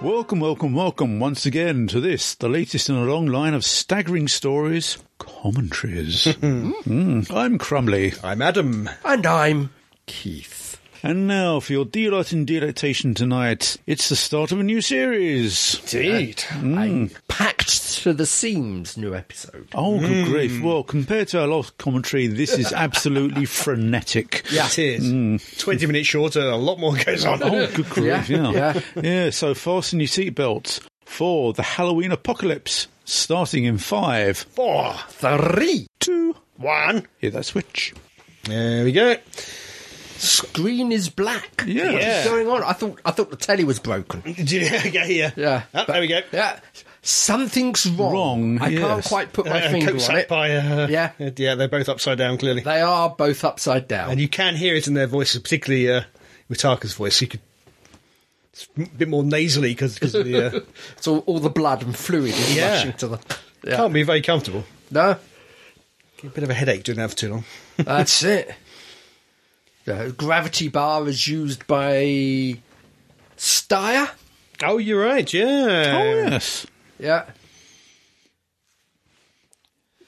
Welcome, welcome, welcome once again to this, the latest in a long line of staggering stories, commentaries. Mm, I'm Crumley. I'm Adam. And I'm Keith. And now, for your delight and delectation tonight, it's the start of a new series. Indeed. Uh, Mm. I packed to the seams new episode. Oh, good grief. Well, compared to our last commentary, this is absolutely frenetic. Yeah. It is. Mm. 20 minutes shorter, a lot more goes on. Oh, good grief, yeah. Yeah, Yeah, so fasten your seatbelts for the Halloween apocalypse, starting in five, Four, Three. two, one. hit that switch. There we go. Screen is black. Yeah. What Yeah. is going on? I thought I thought the telly was broken. Yeah, yeah, yeah. Yeah. Ah, there we go. Yeah. Something's wrong. Wrong, I can't yes. quite put my Uh, finger Coke on sack it. by, uh, Yeah. yeah, they're both upside down, clearly. They are both upside down. and you can hear it in their voices, particularly uh, Ritaka's voice. You could. It's a bit more nasally because of the. Uh, so all the blood and fluid is Yeah. rushing to the. Yeah. Can't be very comfortable. No. Get a bit of a headache doing that for too long. That's it. The gravity bar is used by Steyer. Oh, you're right, yeah. Oh, yes. Yeah.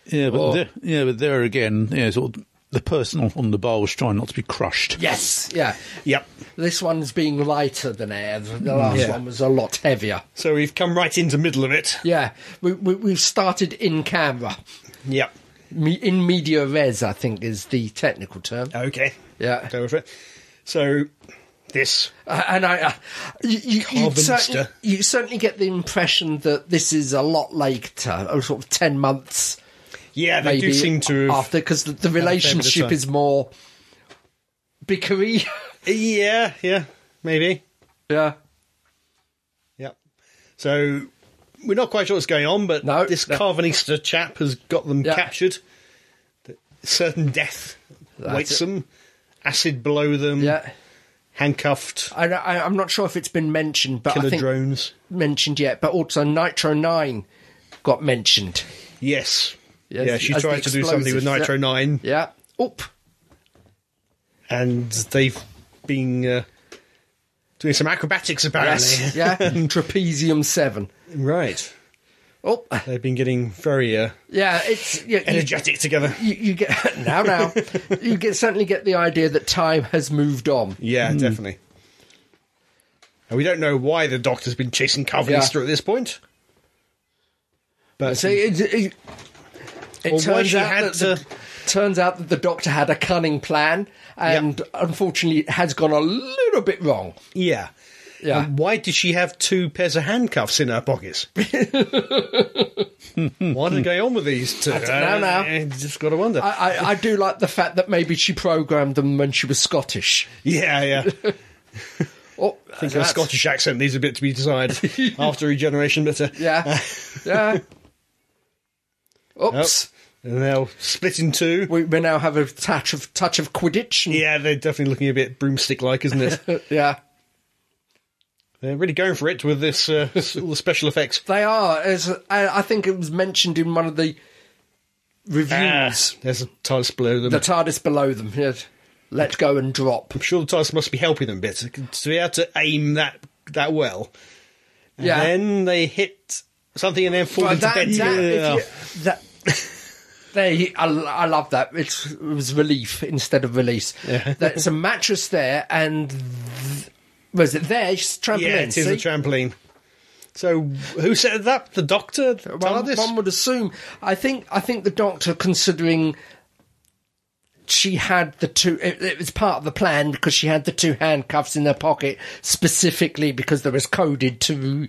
Yeah, but Oh. there, yeah, but there again, yeah, sort of the person on- on the bar was trying not to be crushed. Yes. Yeah. Yep. This one's being lighter than air. The the last Mm. Yeah. one was a lot heavier. So we've come right into the middle of it. Yeah, we, we, we've started in camera. Yep. Me, in media res, I think, is the technical term. Okay. Yeah. Go with it. So, this. Uh, and I, uh, you, you, you, Carvinster. certainly, you certainly get the impression that this is a lot later, or sort of 10 months Yeah, they maybe do seem to have. after, because the, the bit of relationship time. is more bickery. Yeah, yeah, maybe. yeah. Yeah. So we're not quite sure what's going on, but No, this no. Carvanista chap has got them Yeah. captured. Th- Certain death waits it. them. Acid blow them. Yeah. Handcuffed. I, I, I'm not sure if it's been mentioned, but Killer I think drones. mentioned yet, but also Nitro 9 got mentioned. Yes. Yes, yeah, she as the tried to do something with explosives, Nitro yeah. 9, Yeah. Oop. and they've been uh, doing some acrobatics, apparently. Mm. Yes. Yeah. Trapezium 7. Right. Oh, They've been getting very uh, yeah. It's yeah, you, energetic together. You, you get now, now. you get certainly get the idea that time has moved on. Yeah, definitely. And we don't know why the Doctor's been chasing Carvanista Yeah. at this point. But So it, it, it Or why turns she out had that the, to- turns out that the Doctor had a cunning plan, and unfortunately, it has gone a little bit wrong. yeah. Yeah. And why did she have two pairs of handcuffs in her pockets? what is going on with these two? I don't know. just got to wonder. I, I, I do like the fact that maybe she programmed them when she was Scottish. yeah, yeah. I Oh, think her Scottish accent needs a bit to be desired after regeneration, but uh, Yeah. Yeah. Oops. and they'll split in two. We, we now have a touch of touch of Quidditch. and- Uh, Yeah, they're definitely looking a bit broomstick-like, isn't it? yeah. they're really going for it with this uh, all the special effects. They are. As I, I think it was mentioned in one of the reviews, Ah, there's a TARDIS below them. the TARDIS below them. Yes. Let go and drop. I'm sure the TARDIS must be helping them a bit to be able to aim that that well. And Yeah. Then they hit something and then fall But into that, bed. that, if Yeah. you- that- they, I, I love that. It's, it was relief instead of release. Yeah. There's a mattress there, and th- was it there? It's trampoline. yeah, it is a see? trampoline. So who set it up? The doctor? The One, TARDIS? one would assume. I think. I think the doctor, considering she had the two, it, it was part of the plan because she had the two handcuffs in her pocket specifically because there was coded to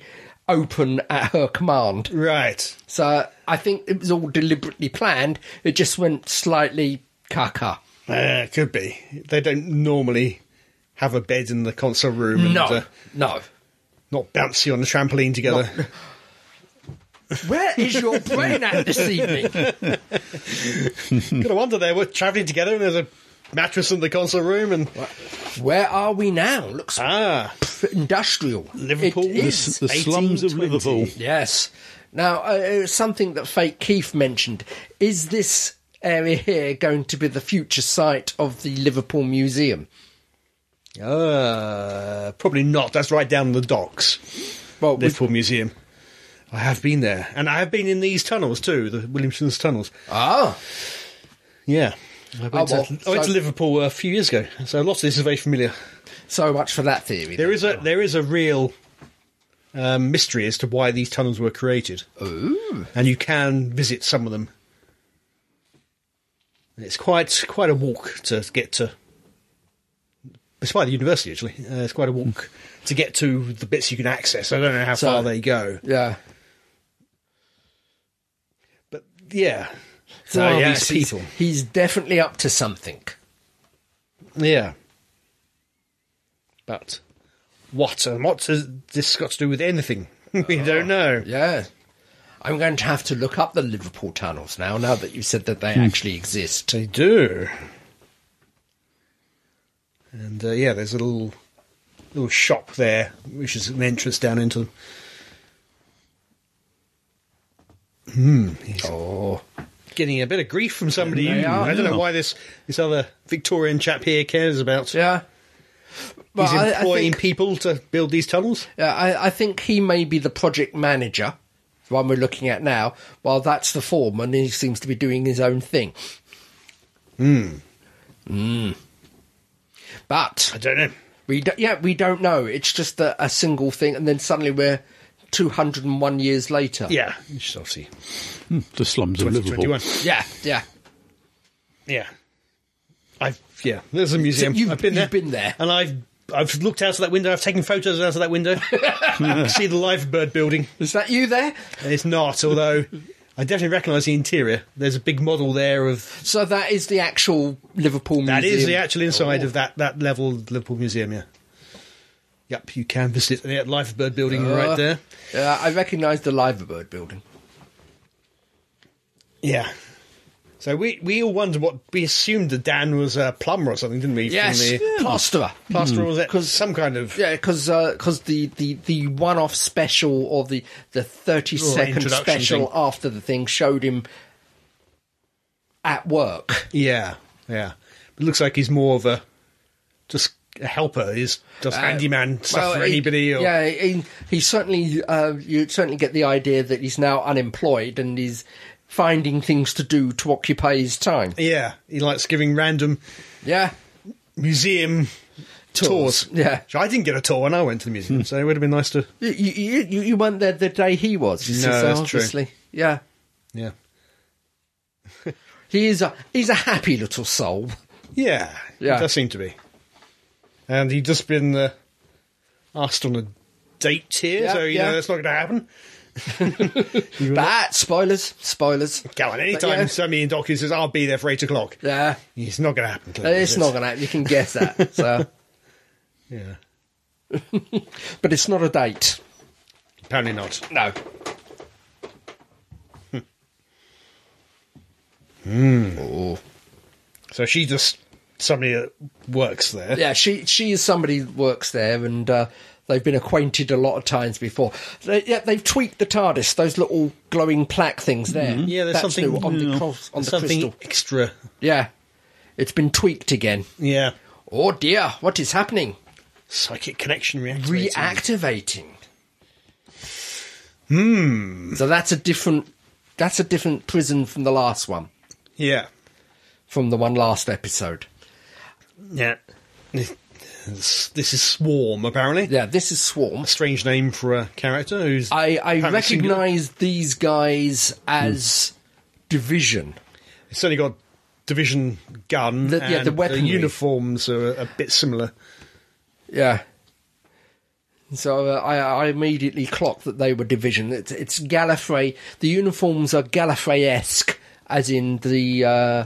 open at her command. right. So I think it was all deliberately planned. It just went slightly caca. Uh, could be. They don't normally have a bed in the console room No, and uh, no. not bouncy on the trampoline together. Where is your brain at this evening? Got to wonder they were travelling together and there's a mattress in the console room and Where are we now? Looks ah industrial. Liverpool. It The The, is. s- the slums of 1820. Liverpool. Yes. Now, uh, it was something that Fake Keith mentioned is this area here going to be the future site of the Liverpool Museum? Uh, probably not. That's right down the docks. Well, we- Liverpool Museum. I have been there, and I have been in these tunnels too, the Williamson's tunnels. Ah, Yeah, I went, Oh, well, to, I went so- to Liverpool a few years ago, so a lot of this is very familiar. so much for that theory. There is a there is a real um, mystery as to why these tunnels were created, Ooh. and you can visit some of them. And It's quite quite a walk to get to. It's by the university actually. Uh, it's quite a walk to get to the bits you can access. I don't know how So- far they go, Yeah. but yeah. So Well, yeah, he's- it's people. He's, he's definitely up to something. Yeah. But what? And what has this got to do with anything? we don't know. Yeah. I'm going to have to look up the Liverpool tunnels now, now that you said that Hmm. they actually exist. They do. And uh, yeah, there's a little little shop there, which is an entrance down into them. Oh. Getting a bit of grief from somebody. They are. I don't know why this this other Victorian chap here cares about. Yeah. But He's I- I, employing think, people to build these tunnels. yeah, I, I think he may be the project manager, the one we're looking at now, while that's the foreman, he seems to be doing his own thing. Hmm. Hmm. Hmm. But I don't know. We do, yeah, we don't know. It's just a, a single thing, and then suddenly we're 201 years later. Yeah, it's obviously The slums of Liverpool. 21. yeah, yeah. Yeah. I've yeah. There's a museum. So you've- I've been you've there. been there. and I've I've looked out of that window. I've taken photos out of that window. I can see the Liverbird building. Is that you there? It's not, although I definitely recognise the interior. There's a big model there of So that is the actual Liverpool that is museum. the actual inside of that that level of the Liverpool Museum. Yeah. Yep, you can visit the Liverbird building right there. Uh, I recognise the Liverbird building. Yeah. So we, we all wondered what we assumed that Dan was a plumber or something, didn't we? Yes, From the plasterer. plasterer Hmm. was it? some kind of Yeah, because the, the, the one off special or the, the 30 second Oh, introduction special thing. after the thing showed him at work. Yeah, yeah. But it looks like he's more of a just a helper. He's does Uh, handyman stuff well, for he- anybody. Or, Yeah, he, he certainly. Uh, you certainly get the idea that he's now unemployed and he's finding things to do to occupy his time. yeah. He likes giving random Yeah, museum tours. Yeah, Which I didn't get a tour when I went to the museum, so it would have been nice to. you, you, you, you weren't there the day he was. You see, No, so that's true. obviously, yeah, Yeah, he is a he's a happy little soul. yeah. Yeah. It does seem to be. And he'd just been uh, asked on a date here, Yeah, so you yeah. know that's not going to happen. But spoilers, spoilers. Come on, But, yeah. anytime somebody in Dawkins says, "I'll be there for eight o'clock," Yeah, it's not going to happen. clearly, it's is it? not gonna. You can guess that. So, Yeah, but it's not a date. apparently not. No. Oh. So she just somebody that works there. Yeah, she she is somebody that works there, and uh, they've been acquainted a lot of times before. They, yeah, they've tweaked the TARDIS; those little glowing plaque things there. Mm-hmm. Yeah, there's That's something- new on the yeah. cross, on the Something crystal. extra. Yeah, it's been tweaked again. Yeah. Oh dear, what is happening? Psychic connection reactivating. Reactivating. Hmm. So that's a different. That's a different prison from the last one, Yeah. from the one last episode. Yeah. This, this is Swarm, apparently. Yeah, this is Swarm. A strange name for a character who's. I, I apparently singular. recognise these guys as division. It's only got division gun. The- yeah, and the weaponry. uniforms are a, a bit similar. Yeah. So uh, I, I immediately clocked that they were division. It's, it's Gallifrey. The uniforms are Gallifrey-esque, as in the uh,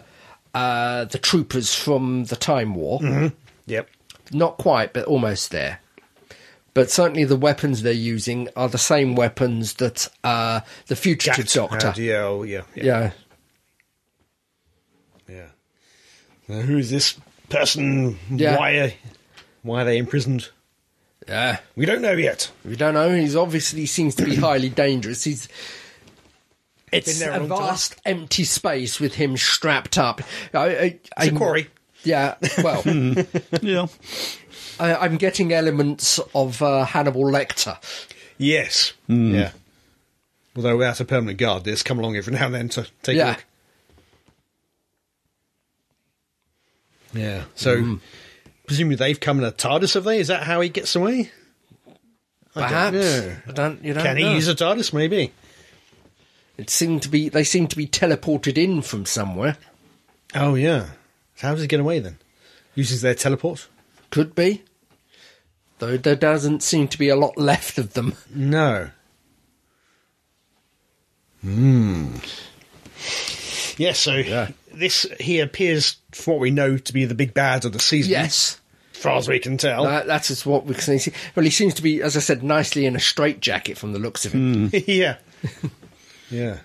uh, the troopers from the Time War. Yep. Not quite, but almost there. But certainly the weapons they're using are the same weapons that uh, the fugitive doctor. And, yeah, oh, yeah, yeah. yeah. yeah. Now, who is this person? Yeah. Why, are, why are they imprisoned? Yeah. We don't know yet. We don't know. He's obviously seems to be highly dangerous. He's it's there a a long time. vast empty space with him strapped up. I, I, It's a I'm- quarry. Yeah. Well, Hmm. Yeah. Mm, I, I'm getting elements of uh, Hannibal Lecter. Yes. Yeah. Although without a permanent guard, they just come along every now and then to take a yeah. look. Yeah. So Hmm. presumably they've come in a TARDIS, have they? Is that how he gets away? I don't Perhaps. know. I don't, you don't Can know. he use a TARDIS? Maybe. It seemed to be they seem to be teleported in from somewhere. Oh yeah. So how does he get away then? Uses their teleport? Could be. Though there doesn't seem to be a lot left of them. No. Hmm. Yes. so this he appears, from what we know, to be the big bad of the season. Yes. as far as we can tell. That, Uh, that is what we can see. Well, he seems to be, as I said, nicely in a straitjacket from the looks of it. yeah, yeah.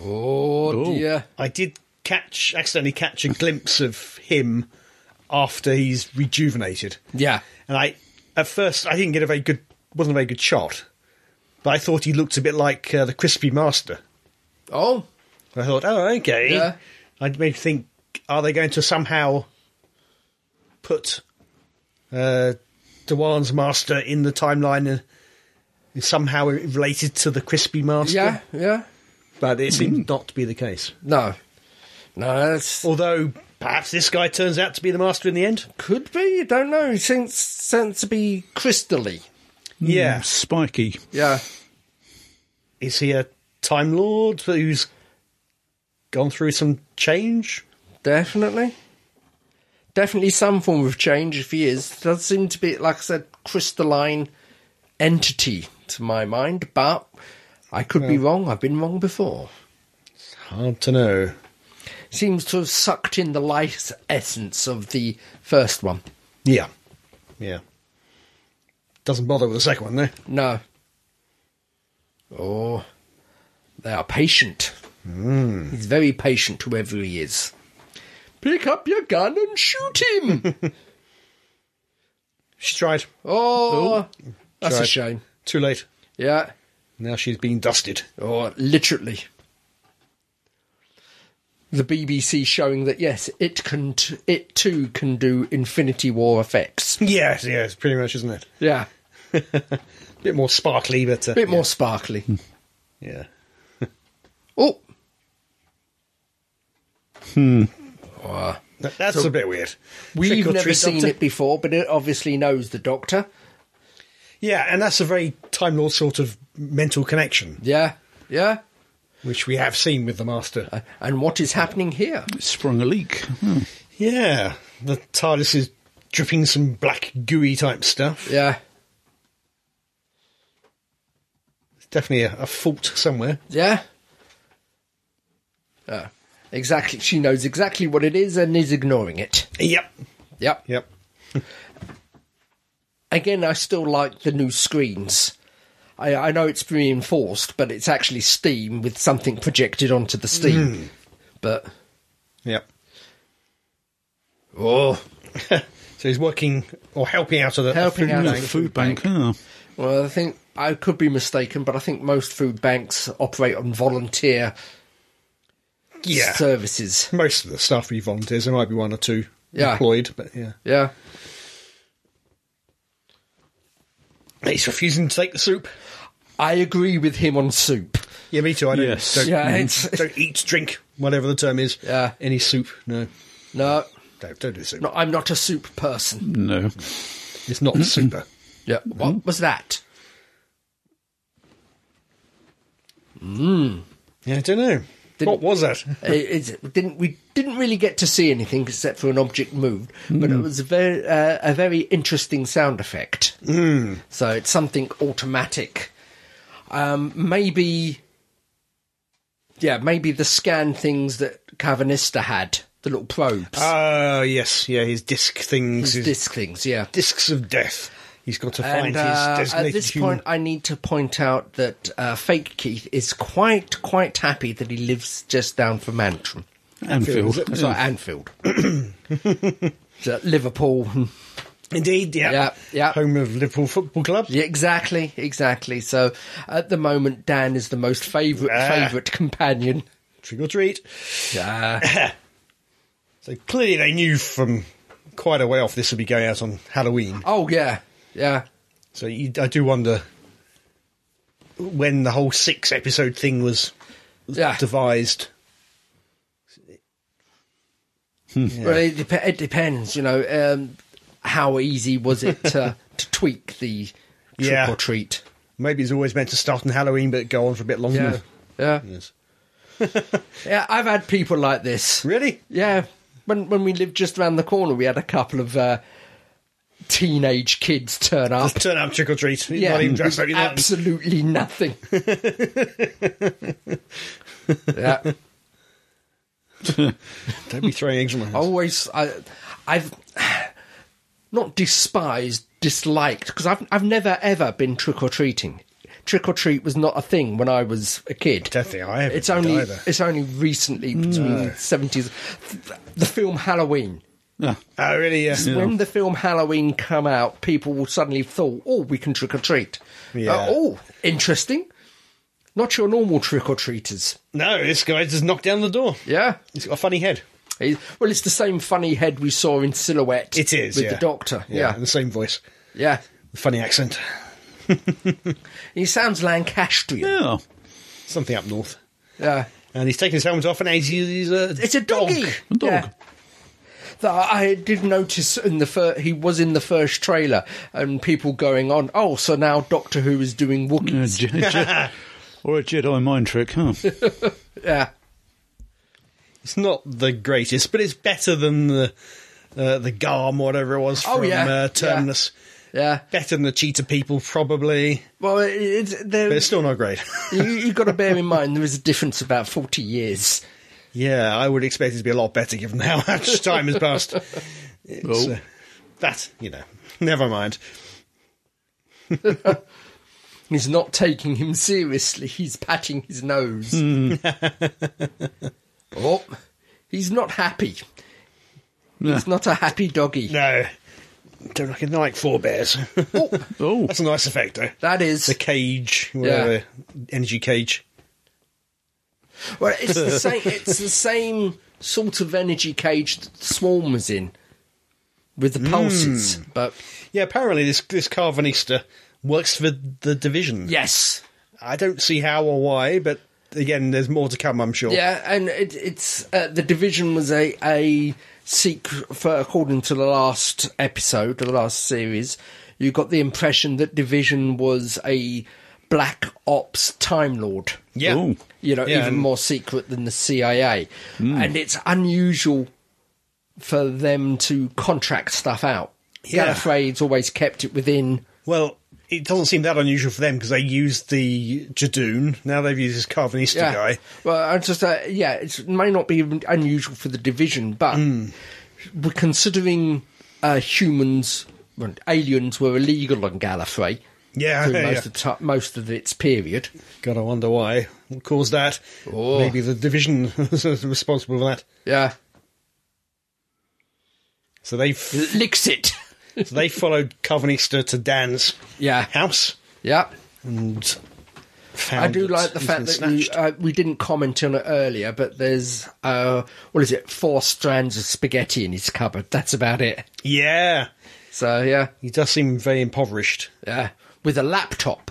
Oh, Ooh. dear. I did catch accidentally catch a glimpse of him after he's rejuvenated, Yeah. and I at first I didn't get a very good wasn't a very good shot, but I thought he looked a bit like uh, the crispy master. Oh, I thought, oh, okay. Yeah. I made me think, are they going to somehow put uh, Dewan's master in the timeline and is somehow related to the crispy master? yeah, yeah. But it seems not to be the case. No. No, that's. Although, perhaps this guy turns out to be the master in the end. Could be. You don't know. He seems, seems to be crystally. Yeah. Spiky. Yeah. Is he a Time Lord who's gone through some change? Definitely. Definitely some form of change if he is. Does seem to be, like I said, crystalline entity to my mind, but I could be wrong. I've been wrong before. Hard to know. Seems to have sucked in the life essence of the first one. Yeah. Yeah. Doesn't bother with the second one, though. No. Oh, they are patient. Mm. He's very patient, whoever he is. Pick up your gun and shoot him. She tried. oh, that's a Tried. shame. Too late. Yeah. Now she's being dusted. or Oh, literally the BBC showing that yes, it can, t- it too can do Infinity War effects. Yes, yes, pretty much, isn't it? Yeah, A bit more sparkly, but. Uh, a bit more sparkly. Yeah. Oh, That- That's a bit weird. we've Trick or never treat, seen Doctor. it before, but it obviously knows the Doctor. Yeah, and that's a very Time Lord sort of mental connection, Yeah, yeah. which we have seen with the Master. And what is happening here? It sprung a leak. Hmm. yeah, the TARDIS is dripping some black gooey type stuff. Yeah, It's definitely a, a fault somewhere. yeah. Yeah. exactly. She knows exactly what it is and is ignoring it. Yep, Yep. yep. again, I still like the new screens. I, I know it's reinforced, but it's actually steam with something projected onto the steam. But Yep. oh, So he's working or helping out of the a Helping food out. The bank. food bank. ah. well, I think I could be mistaken, but I think most food banks operate on volunteer Yeah. services. Most of the staff are volunteers. There might be one or two Yeah. employed, but yeah. Yeah. He's refusing to take the soup. I agree with him on soup. Yeah, me too. I don't, Yes. don't, Yeah, mm, it's- don't eat, drink, whatever the term is. Yeah. Any soup? No, No, don't, don't do soup. no, I'm not a soup person. No. It's not super. Yeah. What was that? Yeah, I don't know. Didn't- what was that? it, it didn't Uh, we didn't really get to see anything except for an object moved, but Hmm. it was a very uh, a very interesting sound effect. Hmm. So it's something automatic. Um, maybe, yeah, maybe the scan things that Cavanista had, the little probes, Oh, yes. Yeah, his disc things. His, disc things, yeah. discs of death. He's got to find And uh, his at designated this human. point, I need to point out that uh, Fake Keith is quite quite happy that he lives just down from Antrim. Anfield. It's like Anfield. So, Liverpool. Indeed, yeah. Yeah, yeah. Home of Liverpool Football Club. Yeah, exactly, exactly. So at the moment, Dan is the most favourite Ah. favourite companion. Trick or treat. Yeah, So clearly they knew from quite a way off this would be going out on Halloween. oh yeah, yeah. So you, I do wonder when the whole six episode thing was Yeah. devised. Well, it, dep- it depends, you know, um, how easy was it to, to tweak the trick Yeah. or treat? Maybe it's always meant to start on Halloween, but go on for a bit longer. Yeah. Yeah. Yes. Yeah, I've had people like this. Really? Yeah, when when we lived just around the corner, we had a couple of uh, teenage kids turn up. Just turn up trick or treat. yeah, Not even with dressed like that. absolutely nothing. yeah, Don't be throwing eggs on my hands. always I, I've not despised, disliked because I've I've never ever been trick or treating. Trick or treat was not a thing when I was a kid. don't think I ever It's did only either. it's only recently between the seventies. The film Halloween. Ah, Oh, really? Yeah. When the film Halloween come out, people will suddenly thought, "Oh, we can trick or treat." Yeah. Uh, oh, interesting. Not your normal trick or treaters. No, this guy just knocked down the door. Yeah. He's got a funny head. It- well, it's the same funny head we saw in silhouette. It is with yeah. the doctor. and Yeah. the same voice, yeah, funny accent, He sounds Lancastrian. yeah. something up north. Yeah. And he's taken his helmet off, and he's, he's a It's a doggy. A dog. Yeah. That I did notice in the fir- he was in the first trailer and people going on. Oh, so now Doctor Who is doing A Mm, Wookiees. Je- Je- or a Jedi mind trick, huh? Yeah, It's not the greatest, but it's better than the uh, the Garm, whatever it was Oh, from yeah. uh, Terminus. yeah. Better than the Cheetah People, probably, Well, it- it's there, but it's still not great. you, you've got to bear in mind there is a difference of about 40 years. yeah, I would expect it to be a lot better given how much time has passed. Oh. So, that you know, never mind. He's not taking him seriously. He's patting his nose. Hmm. oh, he's not happy. Yeah. He's not a happy doggy. No, don't reckon I like forebears. Oh, That's a nice effect, though. That is. The cage, whatever, energy cage. Well, it's the same. It's the same sort of energy cage that the Swarm was in, with Hmm. the pulses. But Yeah, apparently this this Carvanista works for the division. yes, I don't see how or why, but again, there's more to come, I'm sure. yeah, and it, it's uh, the division was a a secret for according to the last episode, the last series. You got the impression that division was a black ops time lord. Yeah. Ooh. you know, Yeah, even and- Hmm. more secret than the CIA. And it's unusual for them to contract stuff out. Yeah. Gallifrey's always kept it within. Well, it doesn't seem that unusual for them because they used the Jadoon. Now they've used this Carvanista Yeah. guy. Well, I just uh, yeah, it's, it may not be even unusual for the division, but Hmm. we're considering uh, humans, well, aliens were illegal on Gallifrey. Yeah, through yeah. most of ti most of its period. God, I wonder why. What caused that? Oh. Maybe the division was responsible for that. Yeah, So they so licks it. they followed Carvanista to Dan's yeah, house yeah. and found I do that like the he's fact been that you, snatched. uh, we didn't comment on it earlier, but there's uh, what is it? Four strands of spaghetti in his cupboard. That's about it. yeah, So yeah, he does seem very impoverished. yeah, with a laptop.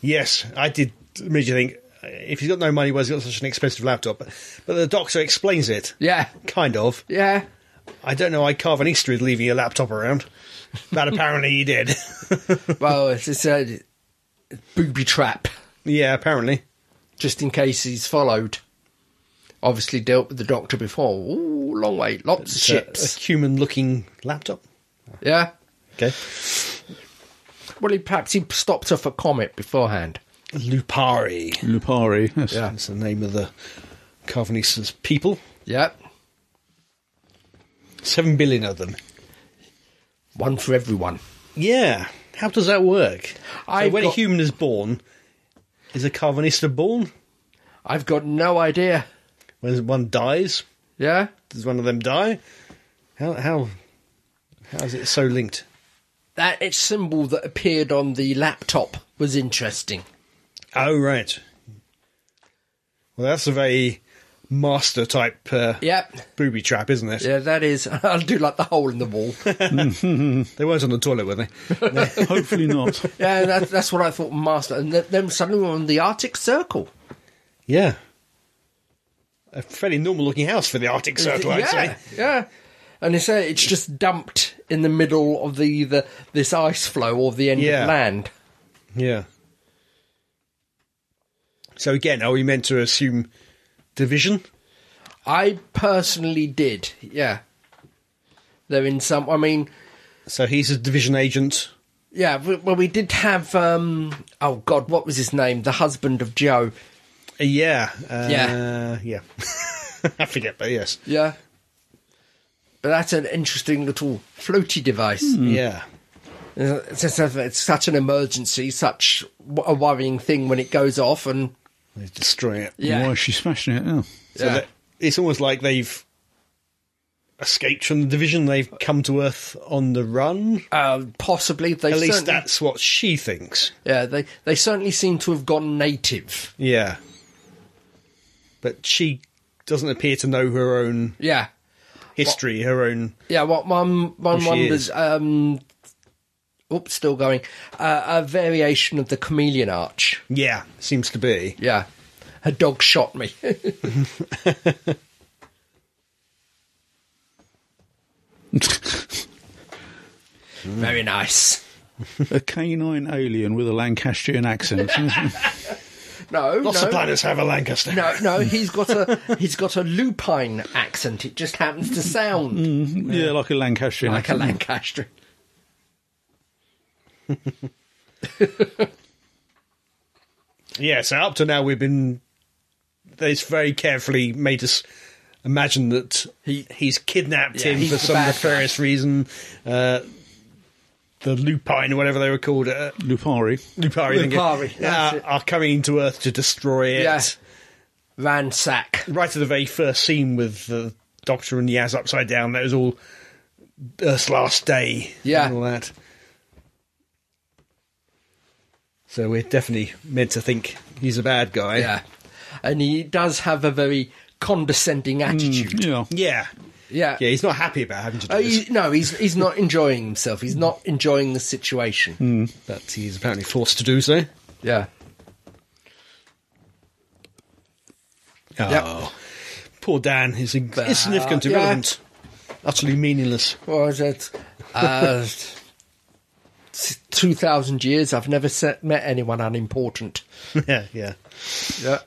Yes, I did immediately think uh, if he's got no money, why has he got such an expensive laptop? But, but the doctor explains it. Yeah, Kind of. yeah. I don't know why Carvanista is leaving a laptop around. That apparently he did. Well, it's, it's a booby trap, yeah, apparently. just in case he's followed. Obviously, dealt with the doctor before. Ooh, long way, lots It's of a- Uh, A ships. human looking laptop. Yeah. Okay. Well, he perhaps he stopped off a comet beforehand. Lupari. Lupari. Yes. Yeah. That's the name of the Carvanista's people. Yeah, Seven billion of them. one for everyone. Yeah. How does that work? So I've when a got- human is born, is a Carvanista born? I've got no idea. When one dies, Yeah. Does one of them die? How how how is it so linked? that its symbol that appeared on the laptop was interesting. Oh right. Well, that's a very master type uh, Yep. booby trap, isn't it? Yeah, that is. I do like the hole in the wall. They weren't on the toilet, were they? Hopefully not. yeah, that, that's what I thought, Master. And th- then suddenly we're on the Arctic Circle. yeah. A fairly normal looking house for the Arctic Circle, I'd uh, yeah, say. yeah. And it's, uh, it's just dumped in the middle of the, the this ice flow or the end Yeah. of land. Yeah. So again, are we meant to assume division? I personally did, yeah. They're in some. I mean, So he's a division agent. yeah. we- Well, we did have. um Oh God, what was his name? The husband of Joe. Uh, yeah. Uh, Yeah. Yeah. I forget, but yes. Yeah. But that's an interesting little floaty device. Yeah. Uh, It's, it's- it's such an emergency, such w- a worrying thing when it goes off, and They destroy it. Yeah. Why is she smashing it? Oh. So Yeah. that, it's almost like they've escaped from the division. They've come to Earth on the run. uh, possibly they At least certainly- that's what she thinks. Yeah, they they certainly seem to have gone native. Yeah. But she doesn't appear to know her own Yeah, history, her own. yeah. What one one Who she wonders. is. Um, oops, still going. Uh, a variation of the chameleon arch. Yeah, seems to be. Yeah, her dog shot me. Mm. Very nice. a canine alien with a Lancashire accent. No, Lots no. of planets have a Lancaster. no, no, he's got a he's got a lupine accent. It just happens to sound Mm. yeah, like a Lancashire like a accent. Lancastrian. Yeah, so up to now we've been. They've very carefully made us imagine that He- he's kidnapped Yeah, him he's for the some bad guy. nefarious reason. Uh, the lupine, whatever they were called, uh, Lupari. lupari, I think it- Lupari, that's uh, it. are coming to Earth to destroy it. Yeah. Ransack. Right at the very first scene with the Doctor and Yaz upside down, that was all Earth's last day. Yeah. and all that. So we're definitely meant to think he's a bad guy. Yeah. And he does have a very condescending Mm. attitude. Yeah. Yeah. Yeah. Yeah, he's not happy about having to do Uh, this, he- no, he's he's not enjoying himself. He's not enjoying the situation. but he's apparently forced to do so. Yeah. Oh. Poor Dan is ig- But, insignificant, yeah. irrelevant, utterly meaningless. What was it? Uh, s- 2,000 years, I've never se- met anyone unimportant. yeah, yeah. Yeah.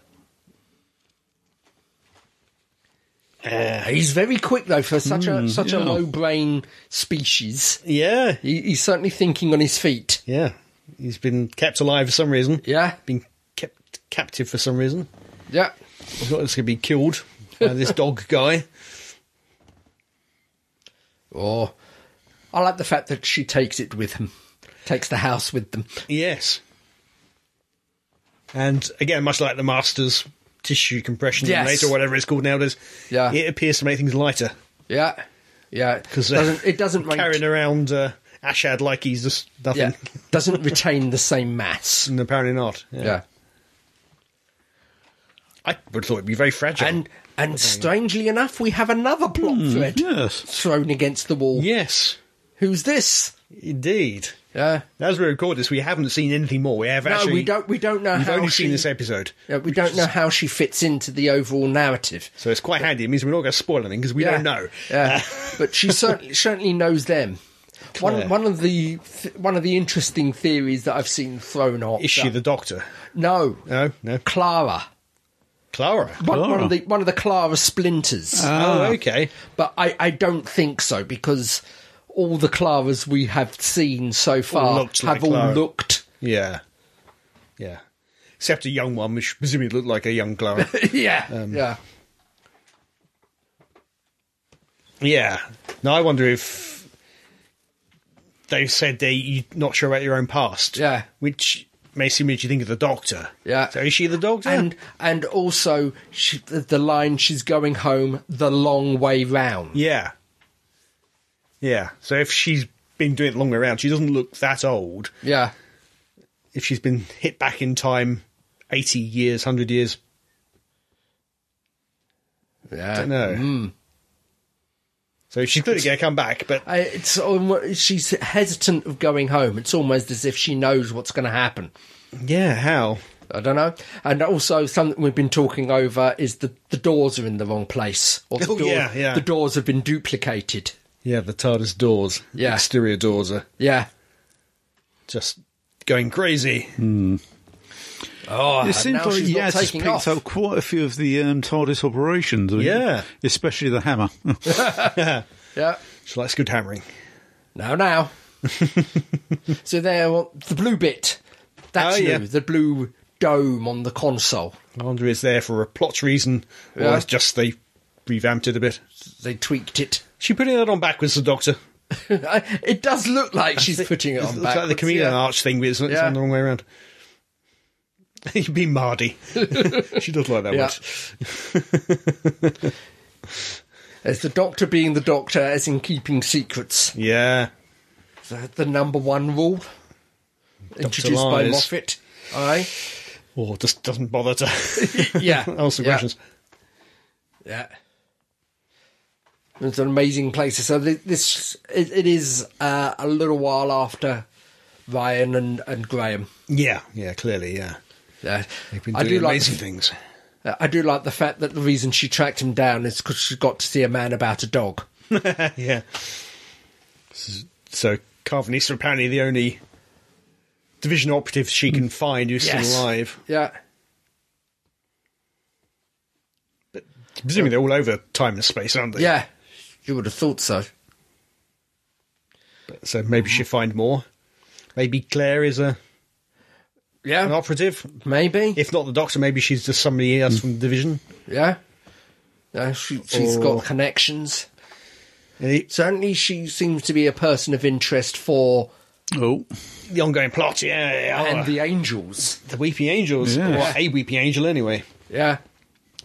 Uh, He's very quick though for such a such a yeah. low brain species. yeah, He, he's certainly thinking on his feet. yeah. He's been kept alive for some reason. Yeah, Been kept captive for some reason. yeah. I thought this could be killed by this dog guy. Or I like the fact that she takes it with him, takes the house with them. Yes. And again, much like the Masters tissue compression Yes. later, whatever it's called nowadays, Yeah. it appears to make things lighter. Yeah, yeah. 'Cause, uh, doesn't, it doesn't retain- carrying around uh, Ashad like he's just nothing. yeah, doesn't retain the same mass. And apparently not. Yeah, I would have thought it'd be very fragile. and and strangely enough, we have another plot Hmm, thread Yes. thrown against the wall. yes, Who's this? indeed. Yeah. As we record this, we haven't seen anything more. We have No, actually. we don't. We don't know We've how only she. seen this episode, yeah, we don't know how she fits into the overall narrative. so it's quite handy. It means we're not going to spoil anything because we Yeah. don't know. Uh, Yeah. but she certainly certainly knows them. Claire. One one of the th- one of the interesting theories that I've seen thrown up. Is she the Uh, doctor? no No, no. Clara? Clara. One, one Clara. of the one of the Clara splinters. Oh, okay. but I, I don't think so because all the Claras we have seen so far looked like have all Clara. looked. Yeah, yeah. Except a young one, which presumably looked like a young Clara. yeah, yeah, yeah. Now I wonder if they've said they you're not sure about your own past. Yeah. Which may seem that you think of the doctor. Yeah. So is she the doctor? and and also she, the, the line she's going home the long way round. Yeah. Yeah. So if she's been doing it the long way around, she doesn't look that old. Yeah, If she's been hit back in time 80 years, 100 years. Yeah. don't know. Hmm. So she's clearly going to come back, but I, it's almo- she's hesitant of going home. It's almost as if she knows what's going to happen. yeah, how? I don't know. And also, something we've been talking over is the the doors are in the wrong place. Or the Oh, yeah, yeah. The doors have been duplicated. Yeah, the TARDIS doors, Yeah. exterior doors are Yeah. just going crazy. Oh, It seems like Yaz has picked up quite a few of the um, TARDIS operations. I mean, Yeah. Especially the hammer. Mm. Yeah. She likes good hammering. Now, now. so there, well, the blue bit. That's Oh, yeah. new. The blue dome on the console. I wonder is there for a plot reason, or Yeah. it's just they revamped it a bit. They tweaked it. She putting that on backwards, the Doctor. it does look like she's putting it It on looks back. like the chameleon arch thing, but it's, it's Yeah. on the wrong way around. You'd be Mardy. she does like that Yeah. one. As the doctor being the doctor, as in keeping secrets. Yeah. The, the number one rule. Introduced by lies. Moffat. Aye. Or Oh, just doesn't bother to Yeah. answer yeah. questions. Yeah. It's an amazing place. So thi- this it, it is uh, a little while after Ryan and, and Graham. Yeah. Yeah, clearly, yeah. Yeah. They've been I doing do like amazing things. I do like the fact that the reason she tracked him down is because she got to see a man about a dog. yeah. S- So Carvanese are apparently the only division operative she can find who's Mm. Yes. still alive. Yeah. Presumably they're all over time and space, aren't they? Yeah. You would have thought so. So maybe she'll find more. Maybe Claire is a, an Yeah. operative. Maybe. If not the doctor, maybe she's just somebody else from the division. Yeah. Yeah, she, she's Or- got connections. And it- Certainly, she seems to be a person of interest for oh, the ongoing plot, yeah. yeah, and oh, the angels. the Weepy Angels, Yeah. or a Weepy Angel anyway. Yeah,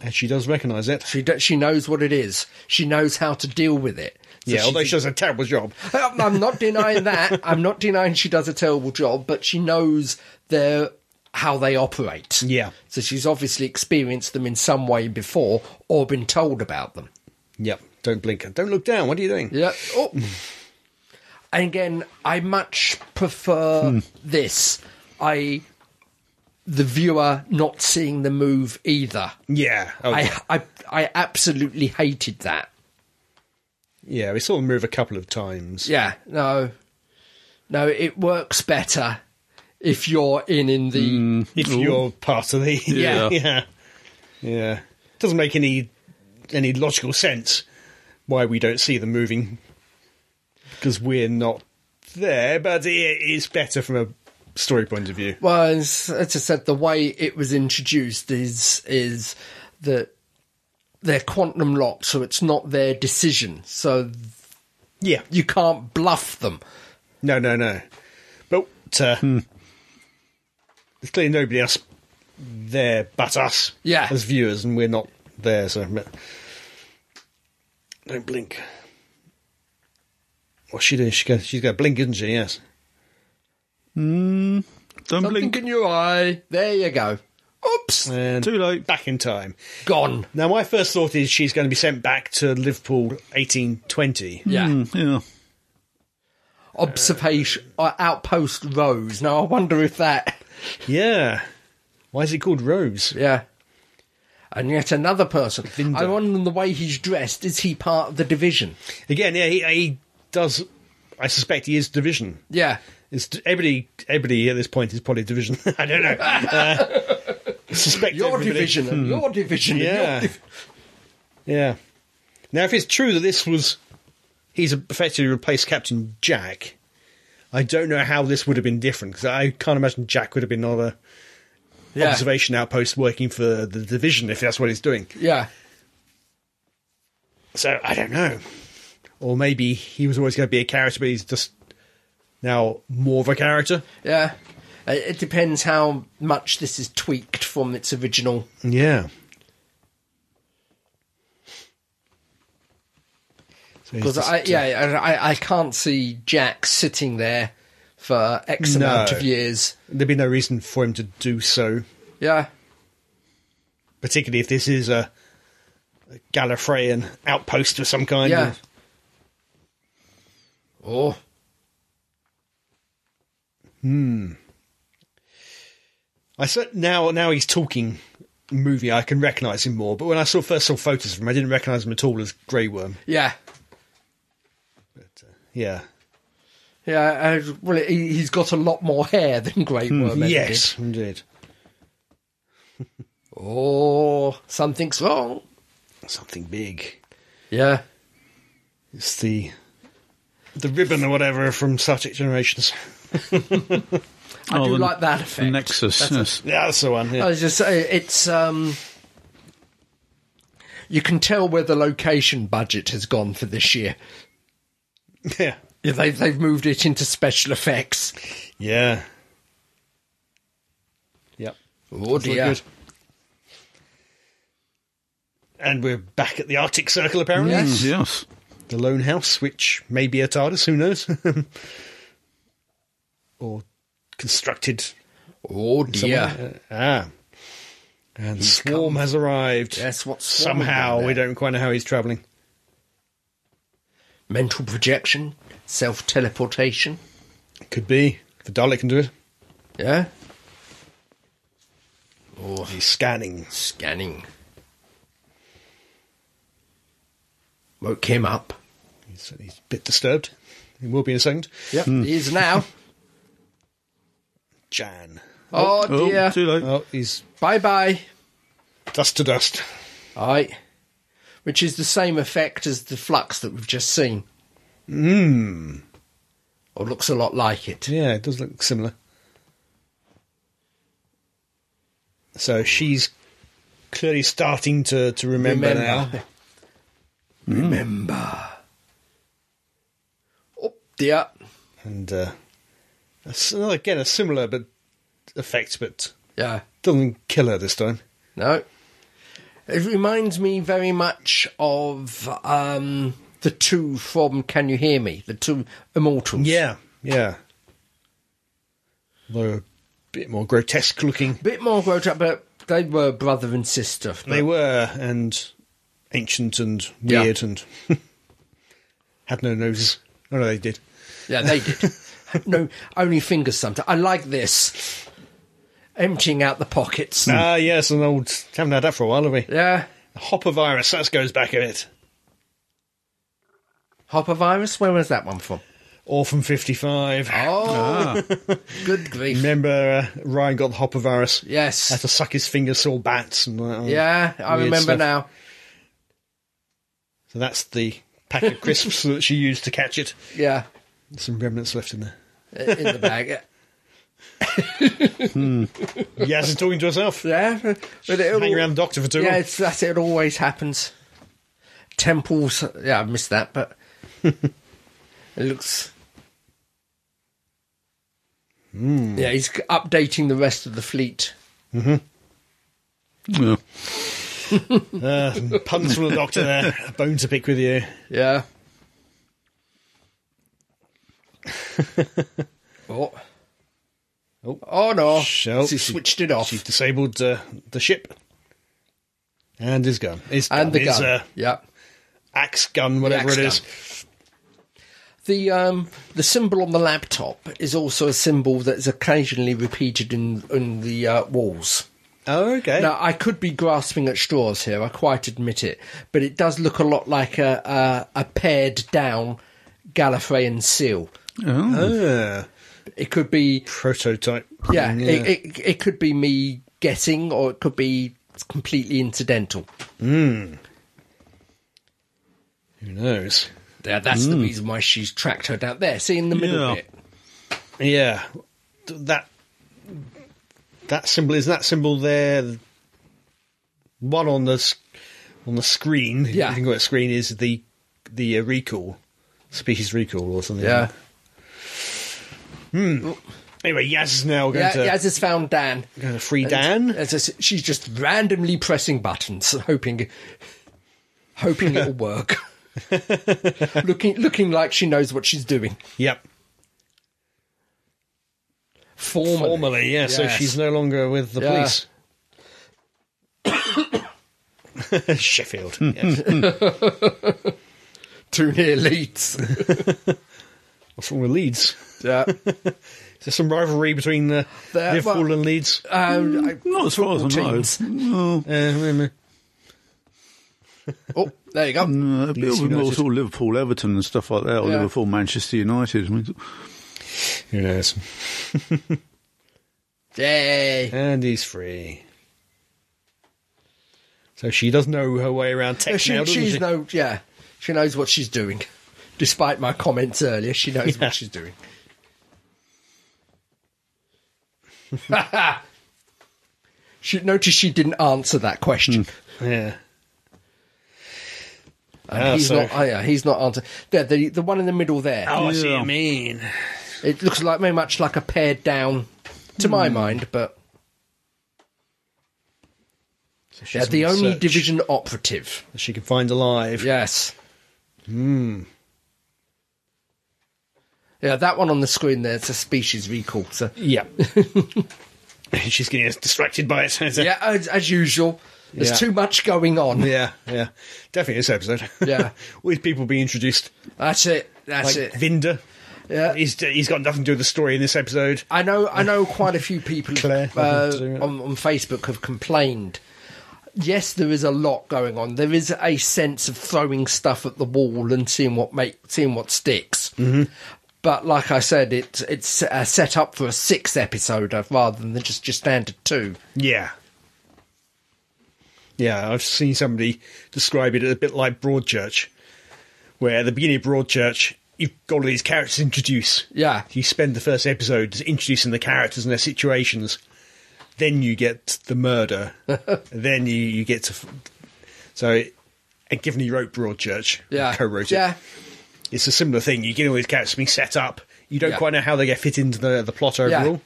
And she does recognise it. she do, she knows what it is. She knows how to deal with it. So yeah, although she's- she does a terrible job. I'm I'm not denying that. I'm not denying she does a terrible job, but she knows their how they operate. Yeah. So she's obviously experienced them in some way before or been told about them. Yep. Don't blink. Don't look down. What are you doing? Yeah. Oh. Hmm. and again, I much prefer Hmm. this. I the viewer not seeing the move either. Yeah. Oh, I I I absolutely hated that. yeah, we saw them move a couple of times. Yeah, no, no, it works better if you're in in the if you're part of the Yeah. yeah yeah doesn't make any any logical sense why we don't see them moving because we're not there but it is better from a story point of view well. As, as I said, the way it was introduced is is that they're quantum locked, so it's not their decision. So yeah you can't bluff them. no no no but uh, Hmm. there's clearly nobody else there but us Yeah. as viewers and we're not there so don't blink what's she doing she go, she's going to blink isn't she yes don't Something blink. in your eye. There you go. Oops, and Too late. back in time. gone. Now, my first thought is she's going to be sent back to Liverpool 1820. Yeah. Mm, yeah. Observation uh, outpost rose. Now I wonder if that. Yeah. Why is it called Rose? Yeah. And yet another person. I wonder the way he's dressed. Is he part of the division? Again, yeah, he, he does. I suspect he is division. Yeah. It's everybody. Everybody at this point is probably division. I don't know. Uh, suspect Your everybody- Hmm. division and your division. Yeah. And your div- Yeah. Now, if it's true that this was, he's effectively replaced Captain Jack. I don't know how this would have been different because I can't imagine Jack would have been on a yeah. observation outpost working for the division if that's what he's doing. Yeah. So I don't know. Or maybe he was always going to be a character, but he's just now more of a character. Yeah. Uh, It depends how much this is tweaked from its original. Yeah. So he's Because just- I, yeah, I, I can't see Jack sitting there for X No. amount of years. there'd be no reason for him to do so, Yeah. particularly if this is a a Gallifreyan outpost of some kind. yeah. and- Oh. I saw, now now he's talking movie. I can recognise him more. But when I saw first saw photos of him, I didn't recognise him at all as Grey Worm. Yeah. Yeah. Yeah, uh, well, he, he's got a lot more hair than Great Worm. ever Hmm. yes, indeed. did. Oh, something's wrong. Something big. Yeah. It's the the ribbon or whatever from Static Generations. I do the- like that the effect. Oh, Nexus, yes. Yeah, that's the one. I Yeah. was just saying, it's um, you can tell where the location budget has gone for this year. Oh. yeah. Yeah, they, they've moved it into special effects. Yeah. Yep. Oh It's all dear. good. And we're back at the Arctic Circle, apparently. Yes. Mm, yes. The lone house, which may be a TARDIS, who knows? or constructed Oh dear. somewhere. Uh, ah. And Swarm has arrived. Yes, what's Somehow, we don't quite know how he's travelling. Mental projection, self teleportation. Could be. The Dalek can do it. Yeah. Oh, He's scanning. Scanning. Woke him up. He's, he's a bit disturbed. He will be in a second. Yep. He is now. Jan. Oh, Oh, dear. too late. Oh, he's Bye bye. dust to dust. Aye. Which is the same effect as the flux that we've just seen. Hmm. Or looks a lot like it. Yeah, it does look similar. So she's clearly starting to, to remember, now. Hmm. Remember. Oh dear. And uh, that's another- again, a similar but effect, but Yeah. doesn't kill her this time. No. It reminds me very much of um, the two from Can You Hear Me? The two immortals. yeah. Although a bit more grotesque looking. Bit more grotesque, but they were brother and sister. They were, and ancient and Yeah. weird and had no noses. Oh, no, they did. Yeah, they did. no, only fingers sometimes. I like this. Emptying out the pockets. Ah, yes, an old. Haven't had that for a while, have we? Yeah. Hopper virus, that goes back a bit. Hopper virus, where was that one from? Or from 55. Oh, Ah. good grief. Remember uh, Ryan got the hopper virus? Had yes. to suck his fingers, saw bats and that. um, Yeah, I Weird remember stuff. now. So that's the pack of crisps that she used to catch it. Yeah, Some remnants left in there. in the bag. Yes, it's talking to herself. Yeah, but it Hang around the doctor for too Yeah, long. it's, that's it. It always happens. Temples. Yeah, I missed that, but it looks. Yeah, he's updating the rest of the fleet. Yeah. Uh, some puns from the doctor there. A bone to pick with you. Yeah. oh. Oh. Oh no! Shell. She switched it off. She disabled uh, the ship. And is gone. It's and the done. It's, gun. uh, yeah. axe gun, whatever axe it is. gun. The um the symbol on the laptop is also a symbol that's occasionally repeated in in the uh, walls. Oh, okay. Now I could be grasping at straws here. I quite admit it, but it does look a lot like a a, a pared down Gallifreyan seal. Oh. Ah, It could be prototype. yeah, It, it it could be me guessing, or it could be completely incidental. Who knows? Yeah, that's the reason why she's tracked her down there. See in the middle Yeah. bit. Yeah, Th- that that symbol is that symbol there. the One on the s- on the screen. if Yeah. you can call it screen is the the uh, recall species recall or something. Yeah, Anyway, Yaz is now going yeah. to Yaz has found Dan. going to free Dan. It's just- she's just randomly pressing buttons, hoping, hoping it'll work. looking, looking like she knows what she's doing. Yep. Formally, Formally, yeah. So Yes. she's no longer with the Yeah. police. Sheffield. Hmm. Yes. Too near Leeds. What's wrong with Leeds? yeah. Is there some rivalry between uh, There- Liverpool well- and Leeds? Um, I- Not as far as I know. teams. No, Uh, mm, oh, there you go. no, it'd be a Leeds bit more United. sort of Liverpool, Everton, and stuff like that, or Yeah. Liverpool, Manchester United. I mean, Who knows? Yay. And he's free. So she does know her way around tech No, she, now, doesn't she's she? no, yeah, she knows what she's doing. Despite my comments earlier, she knows Yeah. what she's doing. she notice she didn't answer that question. Hmm. Yeah. And Ah, he's so- not. oh, yeah, he's not answering. There, the the one in the middle there. Oh, I see what Yeah. you mean. It looks like very much like a pared down, to Hmm. my mind. But So she's yeah, the on only search division operative. that she can find alive. Yes. Hmm. Yeah, that one on the screen there, it's a species recall. So. Yeah. she's getting distracted by it. Yeah, as, as usual, there's Yeah. too much going on. Yeah, yeah. Definitely this episode. Yeah. All these people be introduced. That's it. Like That's it. Vinder. Yeah. He's, he's got nothing to do with the story in this episode. I know. I know quite a few people Claire, uh, nothing to do with it. on, on Facebook have complained. Yes, there is a lot going on. There is a sense of throwing stuff at the wall and seeing what make, seeing what sticks. Mm-hmm. But like I said, it's it's uh, set up for a six episode uh, rather than just just standard two. Yeah. Yeah, I've seen somebody describe it a bit like Broadchurch, where at the beginning of Broadchurch, you've got all these characters introduced. Yeah. You spend the first episode just introducing the characters and their situations. Then you get the murder. then you, you get to. f- So, and given he wrote Broadchurch, Yeah, co wrote Yeah, it, it's a similar thing. You get all these characters being set up. You don't Yeah. quite know how they get fit into the, the plot Yeah. overall.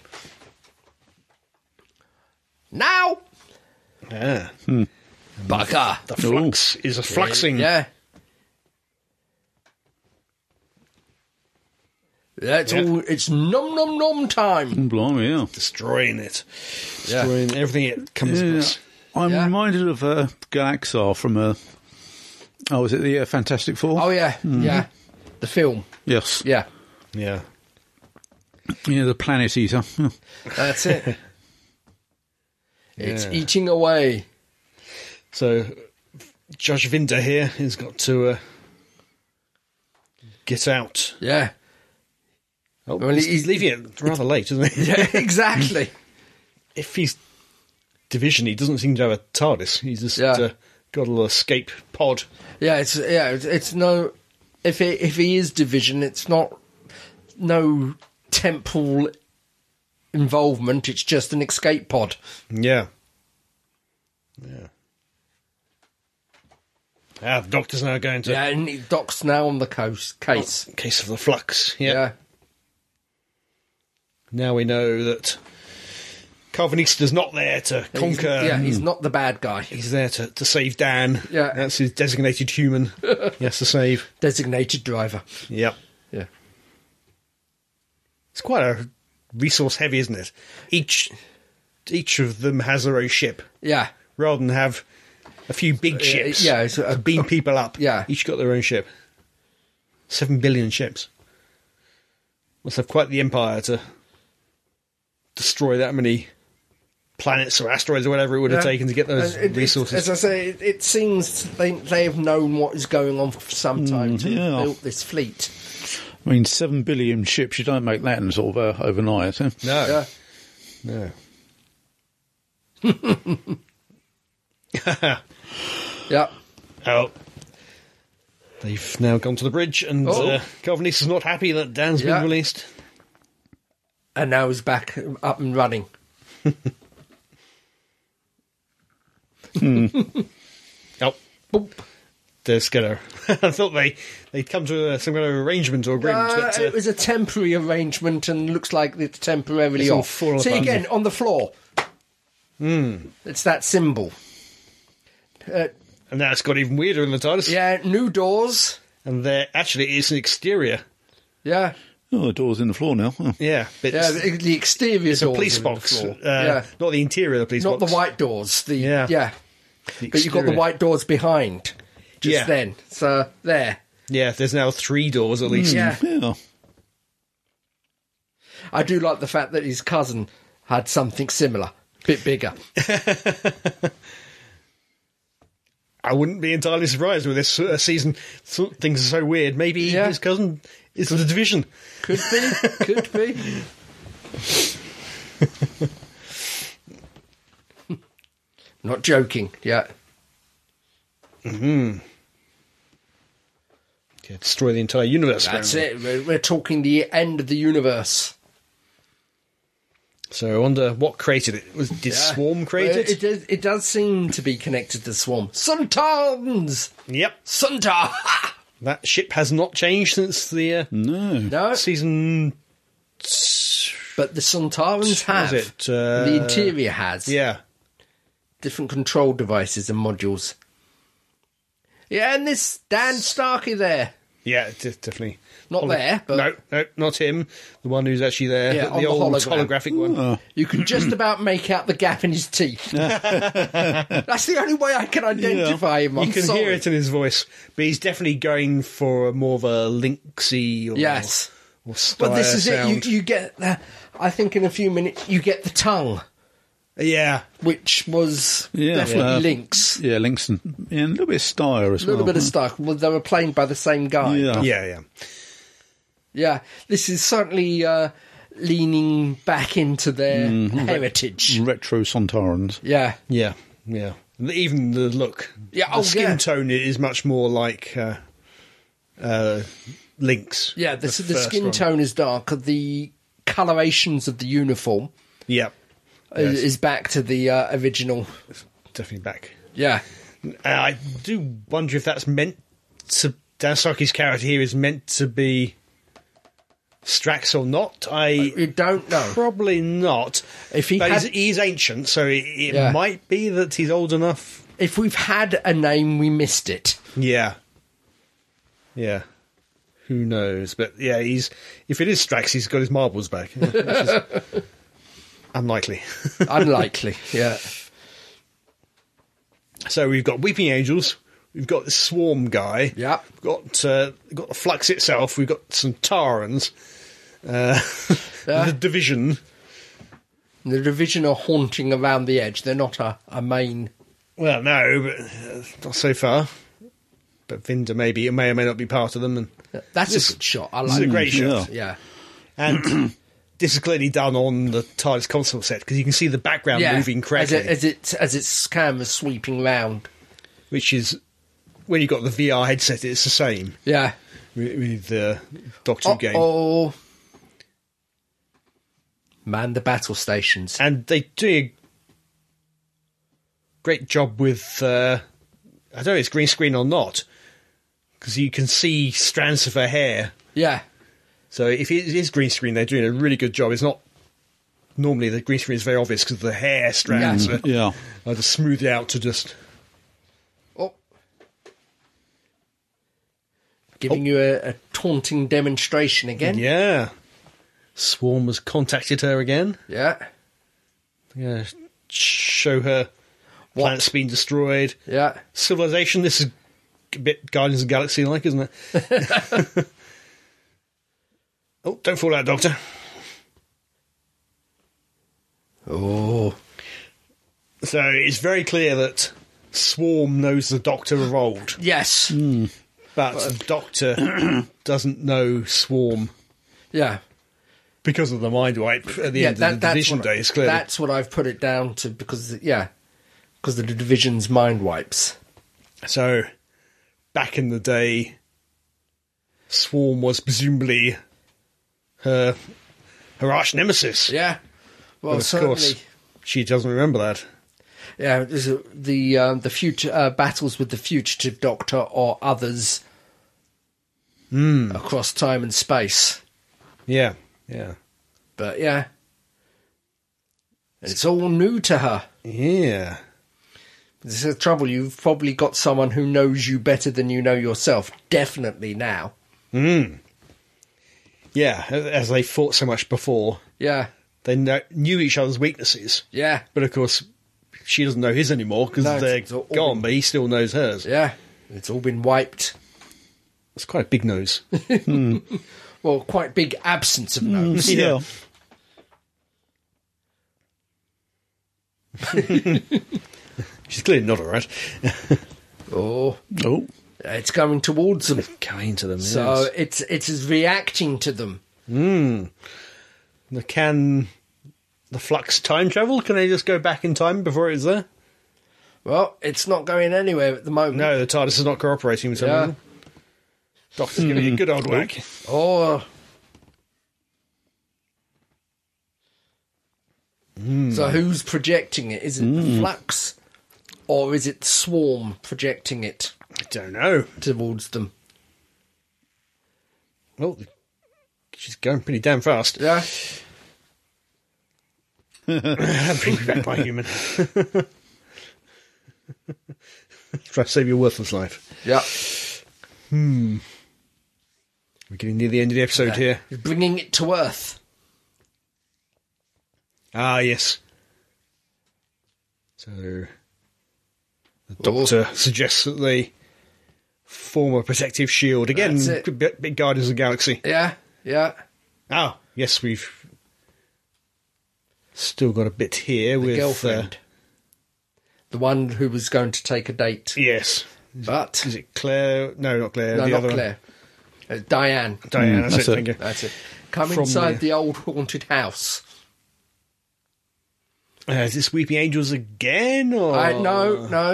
now Yeah. bugger. Ah, The flux is a fluxing. Yeah. Yeah, it's Yeah. all it's nom nom nom time. blimey, yeah. destroying it, Yeah. destroying everything it comes Yeah. across. I'm Yeah. reminded of uh, Galaxar from uh, oh, was it the uh, Fantastic Four? Oh yeah, Mm-hmm. yeah. The film. yes, Yeah. Yeah, yeah, the Planet Eater. Yeah. That's it. It's Yeah. eating away. so Judge Vinder here has got to uh, get out. Yeah. Oh, Well, he's, he's- leaving it rather late, isn't he? Yeah, exactly. If he's division, he doesn't seem to have a TARDIS. He's just Yeah. uh, got a little escape pod. yeah, it's yeah, it's, it's no if it, if he is division, it's not no temple involvement, it's just an escape pod. Yeah, yeah. Ah, the doctor's now going to Yeah, and it docks now on the coast case. case of the flux. yeah. Yeah. Now we know that Calvinista's not there to conquer. Mm. He's, yeah, he's not the bad guy. He's He's there to, to save Dan. Yeah. That's his designated human he has to save. designated driver. Yep. Yeah. It's quite a resource heavy, isn't it? Each each of them has their own ship. Yeah. Rather than have a few big ships Uh, yeah, it's a- to beam people up. Yeah. Each got their own ship. Seven billion ships. Must have quite the empire to destroy that many planets or asteroids or whatever it would have Yeah. taken to get those And it- it- resources. as I say, it, it seems they they have known what is going on for Mm, some time to yeah. build this fleet. I mean, seven billion ships. You don't make that in sort of uh, overnight. eh? no. Yeah. No. Yeah. Oh. They've now gone to the bridge, and Oh. uh, Calvinist is not happy that Dan's Yeah. been released. And now he's back up and running. Oh, Boop. they're scared. I thought they they'd come to uh, some kind of arrangement or agreement. Uh, but, uh, it was a temporary arrangement and looks like it's temporarily It's all off. fall See apart. again on the floor. Hmm. It's that symbol. Uh, and now it's got even weirder in the TARDIS. yeah, new doors. And there actually it's an exterior. Yeah, Oh, the door's in the floor now. Oh. Yeah, but yeah. it's, The, the exterior a doors police are in the box. floor. Uh, Not the interior of the police not the box. white doors. The Yeah. yeah, but you've got the exterior. white doors behind just Yeah. then. So there. Yeah, there's now three doors at least. Hmm. Yeah. Yeah. I do like the fact that his cousin had something similar, bit bigger. I wouldn't be entirely surprised with this uh, season. Th- things are so weird. Maybe Yeah. his cousin is the division. Could be, could be. Not joking, yeah. Yeah, destroy the entire universe. That's apparently. it. We're, we're talking the end of the universe. So I wonder what created it. Was did Yeah. Swarm create Well, it? It does, it does seem to be connected to Swarm. Sometimes! Yep. Sometimes! That ship has not changed since the uh, No. No, season. but the Suntarans have. it, uh, the interior has. Yeah. different control devices and modules. Yeah, and this Dan Starkey there. Yeah, de- definitely. Not there, but- no, no, not him. The one who's actually there. Yeah, the, on the Hmm. old hologram. holographic one. Uh, You can just about make out the gap in his teeth. That's the only way I can identify him. I'm you can sorry. hear it in his voice, but he's definitely going for a more of a linksy or Yes. or style But this is sound. it. You, you get. The, I think in a few minutes you get the tongue, yeah, which was Yeah, definitely uh, Link's. Yeah, Langston. Yeah, a little bit of Styre as A little well. bit of Stark. Well, they were played by the same guy. Yeah. hmm. yeah, yeah. Yeah, this is certainly uh, leaning back into their Mm-hmm. heritage. Retro Sontarans. Yeah. Yeah, yeah. Even the look, Yeah, the oh, skin yeah. tone is much more like uh, uh, Lynx. Yeah, the, the, first skin one. tone is darker. The colorations of the uniform Yeah, i- Yes. is, back to the uh, original. definitely back. Yeah, And I do wonder if that's meant to. Dan Saki's character here is meant to be Strax or not. I you don't know. probably not. If he but had- he's, he's ancient, so it, it Yeah. might be that he's old enough. If we've had a name, we missed it. Yeah, yeah. Who knows? But yeah, he's if it is Strax, he's got his marbles back. which is unlikely. Unlikely. yeah. So we've got Weeping Angels. We've got the Swarm guy. Yeah. We've got uh, we've got the Flux itself. We've got some Tarans. Uh, Yeah. The Division. The division are haunting around the edge. They're not a, a main. Well, no, but uh, not so far. But Vinda maybe it may or may not be part of them. And That's This- a good shot. I this is like a great Mm, shot. yeah. Yeah. And this is clearly done on the TARDIS console set because you can see the background yeah. moving correctly, As it, as it as its camera sweeping round. which is when you've got the VR headset, it's the same Yeah. with, with the Doctor Who game. Oh. Man, the battle stations. And they do a great job with, uh, I don't know if it's green screen or not, because you can see strands of her hair. Yeah. So if it is green screen, they're doing a really good job. It's not. Normally, the green screen is very obvious because the hair strands are, Yeah. are just smoothed out to just Oh. Giving you a, a taunting demonstration again. Yeah. Swarm has contacted her again. Yeah. Yeah. Show her planet's been destroyed. Yeah. Civilization, this is a bit Guardians of the Galaxy like, isn't it? oh, don't fall out, Doctor. Oh. So it's very clear that Swarm knows the Doctor of old, Yes. Hmm. but uh, the Doctor doesn't know Swarm Yeah. because of the mind wipe at the yeah, end that- of the division what, days, clearly. That's what I've put it down to because, yeah, because the division's mind wipes. So, back in the day, Swarm was presumably her her arch nemesis. Yeah. Well, But of certainly. course, she doesn't remember that. Yeah, there's a, the um, the future uh, battles with the fugitive doctor or others across time and space. Yeah, yeah, But yeah, it's all new to her. yeah. This is the trouble. You've probably got someone who knows you better than you know yourself. Definitely now. Yeah, as they fought so much before, Yeah, they kno- knew each other's weaknesses. yeah, But of course, she doesn't know his anymore because No, they're it's all- gone, but he still knows hers. Yeah, it's all been wiped. It's quite a big nose. Well, quite big absence of nose. Yeah. She's clearly not alright. Oh, Oh, it's going towards them. Coming to them, So yes. it's it is reacting to them. The can the flux time travel? Can they just go back in time before it was there? Well, it's not going anywhere at the moment. No, the TARDIS is not cooperating with Yeah. Hmm. someone. Doctor's giving you a good old whack. Oh. Hmm. So who's projecting it? Is it the flux or is it the swarm projecting it I don't know. towards them? Well, she's going pretty damn fast. Yeah. Bring me back, my human. Try to save your worthless life. Yeah. We're getting near the end of the episode here. You're bringing it to earth. Ah, yes. So the Oh. doctor suggests that they form a protective shield again. That's it. could be- be Guardians of the Galaxy. Yeah. Yeah. Ah, yes, we've still got a bit here The with uh, girlfriend. the one who was going to take a date. yes, But is it Claire? No, not Claire. no, the not other one. Claire. Uh, Diane. Diana. Mm, that's, that's it. it. Thank you. That's it. Come From inside the- the... old haunted house. Uh, is this Weeping Angels again? Or I no, no.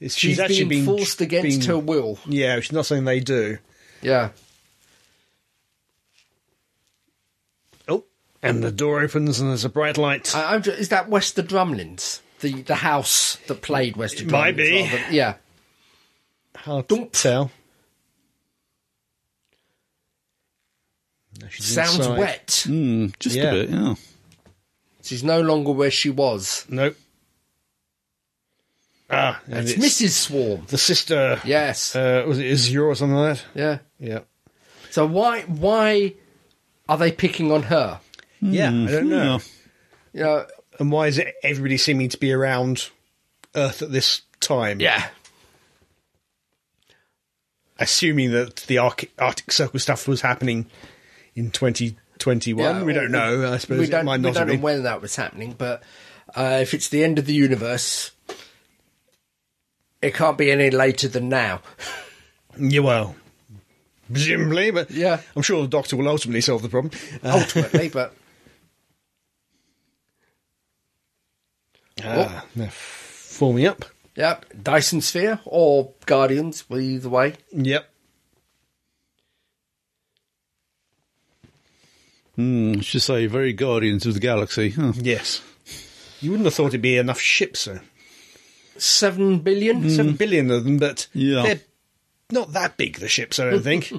It's- She's, being forced against been- her will. Yeah, which is not something they do. Yeah. Oh, and the door opens and there's a bright light. I, I'm ju- is that Wester Drumlins? The the house that played Wester It Drumlins? might be. rather- yeah. Hard to Dump. tell. No, she's Sounds inside. wet. mm, just Yeah. a bit. Yeah. She's no longer where she was. Nope. Ah, and it's, It's, Mrs. Swarm. the sister. Yes. Uh, was it Azure or something like that? yeah. Yeah. So why why are they picking on her? Yeah, Hmm. I don't Hmm. know. You know, And why is it everybody seeming to be around Earth at this time? yeah. Assuming that the Arctic, Arctic Circle stuff was happening in 2021. Yeah, we or- don't know. I suppose we it don't, might we not don't have know been. when that was happening, but uh, if it's the end of the universe, it can't be any later than now. Yeah, well, presumably, but Yeah. I'm sure the doctor will ultimately solve the problem. Uh, ultimately, but ah, they're forming up. yeah, Dyson Sphere or Guardians, well, either way. Yep. Mm, I should say, very Guardians of the Galaxy. Huh. Yes. You wouldn't have thought it'd be enough ships, though. Seven billion? Seven billion of them, but Yeah. they're not that big. The ships, I don't think.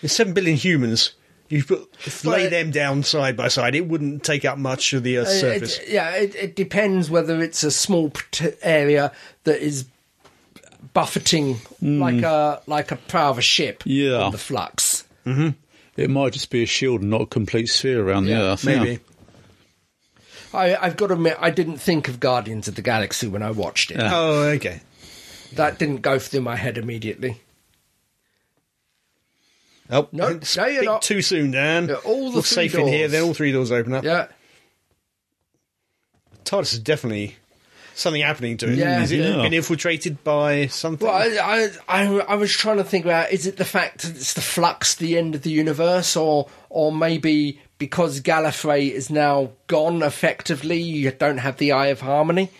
There's seven billion humans. You put lay Well, them down side by side. It wouldn't take up much of the Earth's Uh, surface. It, yeah, it, it depends whether it's a small prote- area that is buffeting like a like a prow of a ship Yeah. on the flux. It might just be a shield and not a complete sphere around Yeah, the Earth. Maybe. yeah. I, I've got to admit, I didn't think of Guardians of the Galaxy when I watched it. Oh, okay. That didn't go through my head immediately. Oh, No, don't no, you're speak not. too soon, Dan. Yeah, all the We're three safe in here. doors. Then all three doors open up. Yeah, TARDIS is definitely something happening to it. Yeah. Is it Yeah. been infiltrated by something? Well, I, I, I, I was trying to think about is it the fact that it's the flux, the end of the universe, or or maybe because Gallifrey is now gone effectively, you don't have the Eye of Harmony?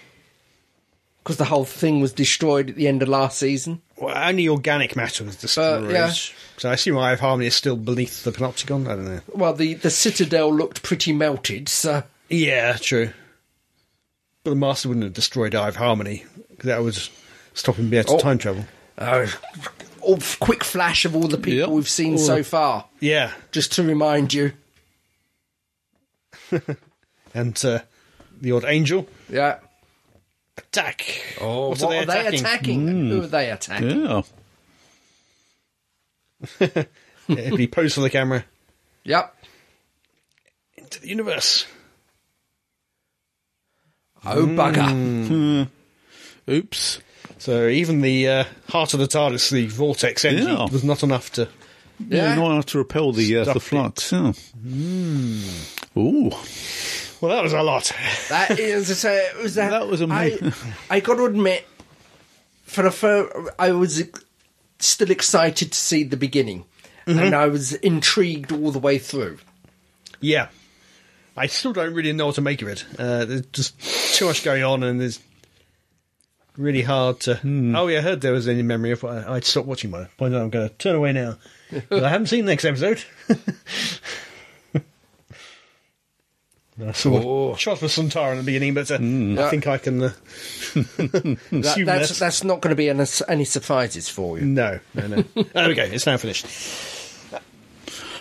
Because the whole thing was destroyed at the end of last season. Well, only organic matter was destroyed. Uh, yeah. So I assume Eye of Harmony is still beneath the Panopticon. I don't know. Well, the, the Citadel looked pretty melted, so. Yeah, true. But the Master wouldn't have destroyed Eye of Harmony. 'cause That would stop him being able to Oh. time travel. Uh, all, quick flash of all the people Yep. we've seen All so the- far, Yeah, just to remind you. and uh, the odd angel Yeah. attack. Oh, what, are they attacking? Hmm. and Who are they attacking? Yeah. It'd be posed for the camera Yep. into the universe. Oh, bugger. Oops. So even the uh, heart of the TARDIS, the vortex engine, Yeah. was not enough to. Yeah, Yeah. not enough to repel the uh, Stuffed the it. flux. Yeah. Ooh, Well, that was a lot. That is, as I say, it was that. That was amazing. I, I got to admit, for the first, I was ex- still excited to see the beginning, Mm-hmm. and I was intrigued all the way through. yeah, I still don't really know what to make of it. Uh, there's just too much going on, and it's really hard to. Hmm. Oh yeah, I heard there was any memory of. I, I'd stopped watching by the point. I'm going to turn away now. 'Cause I haven't seen the next episode. I saw Oh. shots with Santara in the beginning, but uh, I Yeah. think I can. Uh, Mm, That- assume that's, that's not going to be any, any surprises for you. No, no, no. there we go. It's now finished.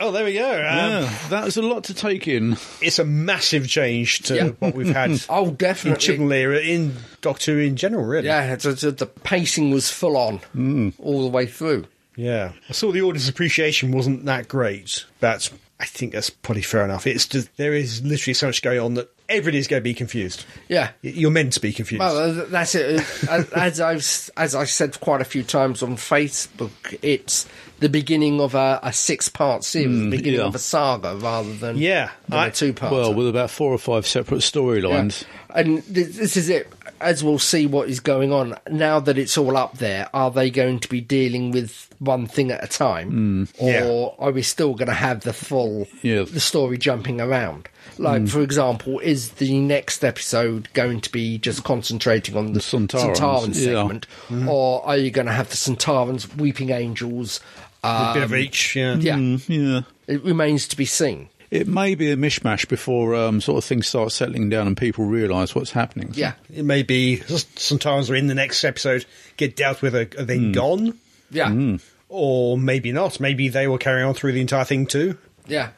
Oh, there we go. Um, yeah, that's a lot to take in. It's a massive change to Yeah. what we've had Oh, in definitely. Chibnall era, in Doctor Who in general, really. Yeah, it's- it's- the pacing was full on Mm. all the way through. Yeah. I saw the audience appreciation wasn't that great, but I think that's probably fair enough. It's just, there is literally so much going on that everybody's going to be confused. Yeah. Y- You're meant to be confused. Well, th- that's it. As- As I've s- as I said quite a few times on Facebook, it's the beginning of a, a six part series, the beginning yeah. of a saga rather than Yeah, than I- a two part. Well, with about four or five separate storylines. and th- this is it. As we'll see what is going on now that it's all up there, are they going to be dealing with one thing at a time, Yeah. or are we still going to have the full Hmm. Yeah. Hmm. the story jumping around? Like, for example, is the next episode going to be just concentrating on the Santarans, Santaran yeah. segment, or are you going to have the Santarans, Weeping Angels? a Uh, bit of each. Yeah. Hmm. yeah, Mm, yeah. it remains to be seen. It may be a mishmash before um, sort of things start settling down and people realise what's happening. Yeah, It may be sometimes are in the next episode, get dealt with, are are they gone? yeah, Hmm. Or maybe not. Maybe they will carry on through the entire thing too. yeah.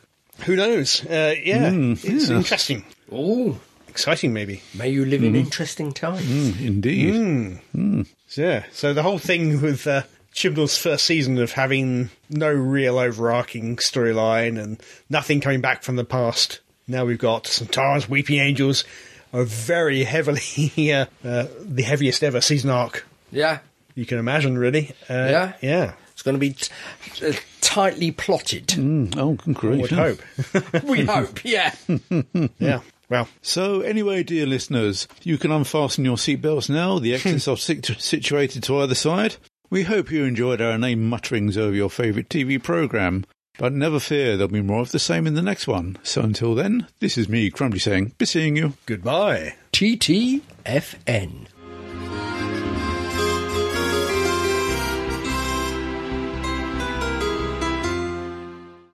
Who knows? Uh, yeah, it's yeah. interesting, Oh, exciting, maybe. may you live Hmm. in interesting times. Mm, indeed. So, yeah. So the whole thing with uh, Chibnall's first season of having no real overarching storyline and nothing coming back from the past. Now we've got Santaras, Weeping Angels, a very heavily uh, uh, the heaviest ever season arc Yeah, you can imagine, really. Uh, Yeah. yeah. It's going to be t- uh, tightly plotted. Mm, oh, good I grief. would yeah. hope. We hope, yeah. yeah. Well, So, anyway, dear listeners, you can unfasten your seatbelts now. The exits are sit- situated to either side. We hope you enjoyed our name mutterings over your favourite TV programme. But never fear, there'll be more of the same in the next one. So, until then, this is me, Crumbly, saying, be seeing you. goodbye. TTFN.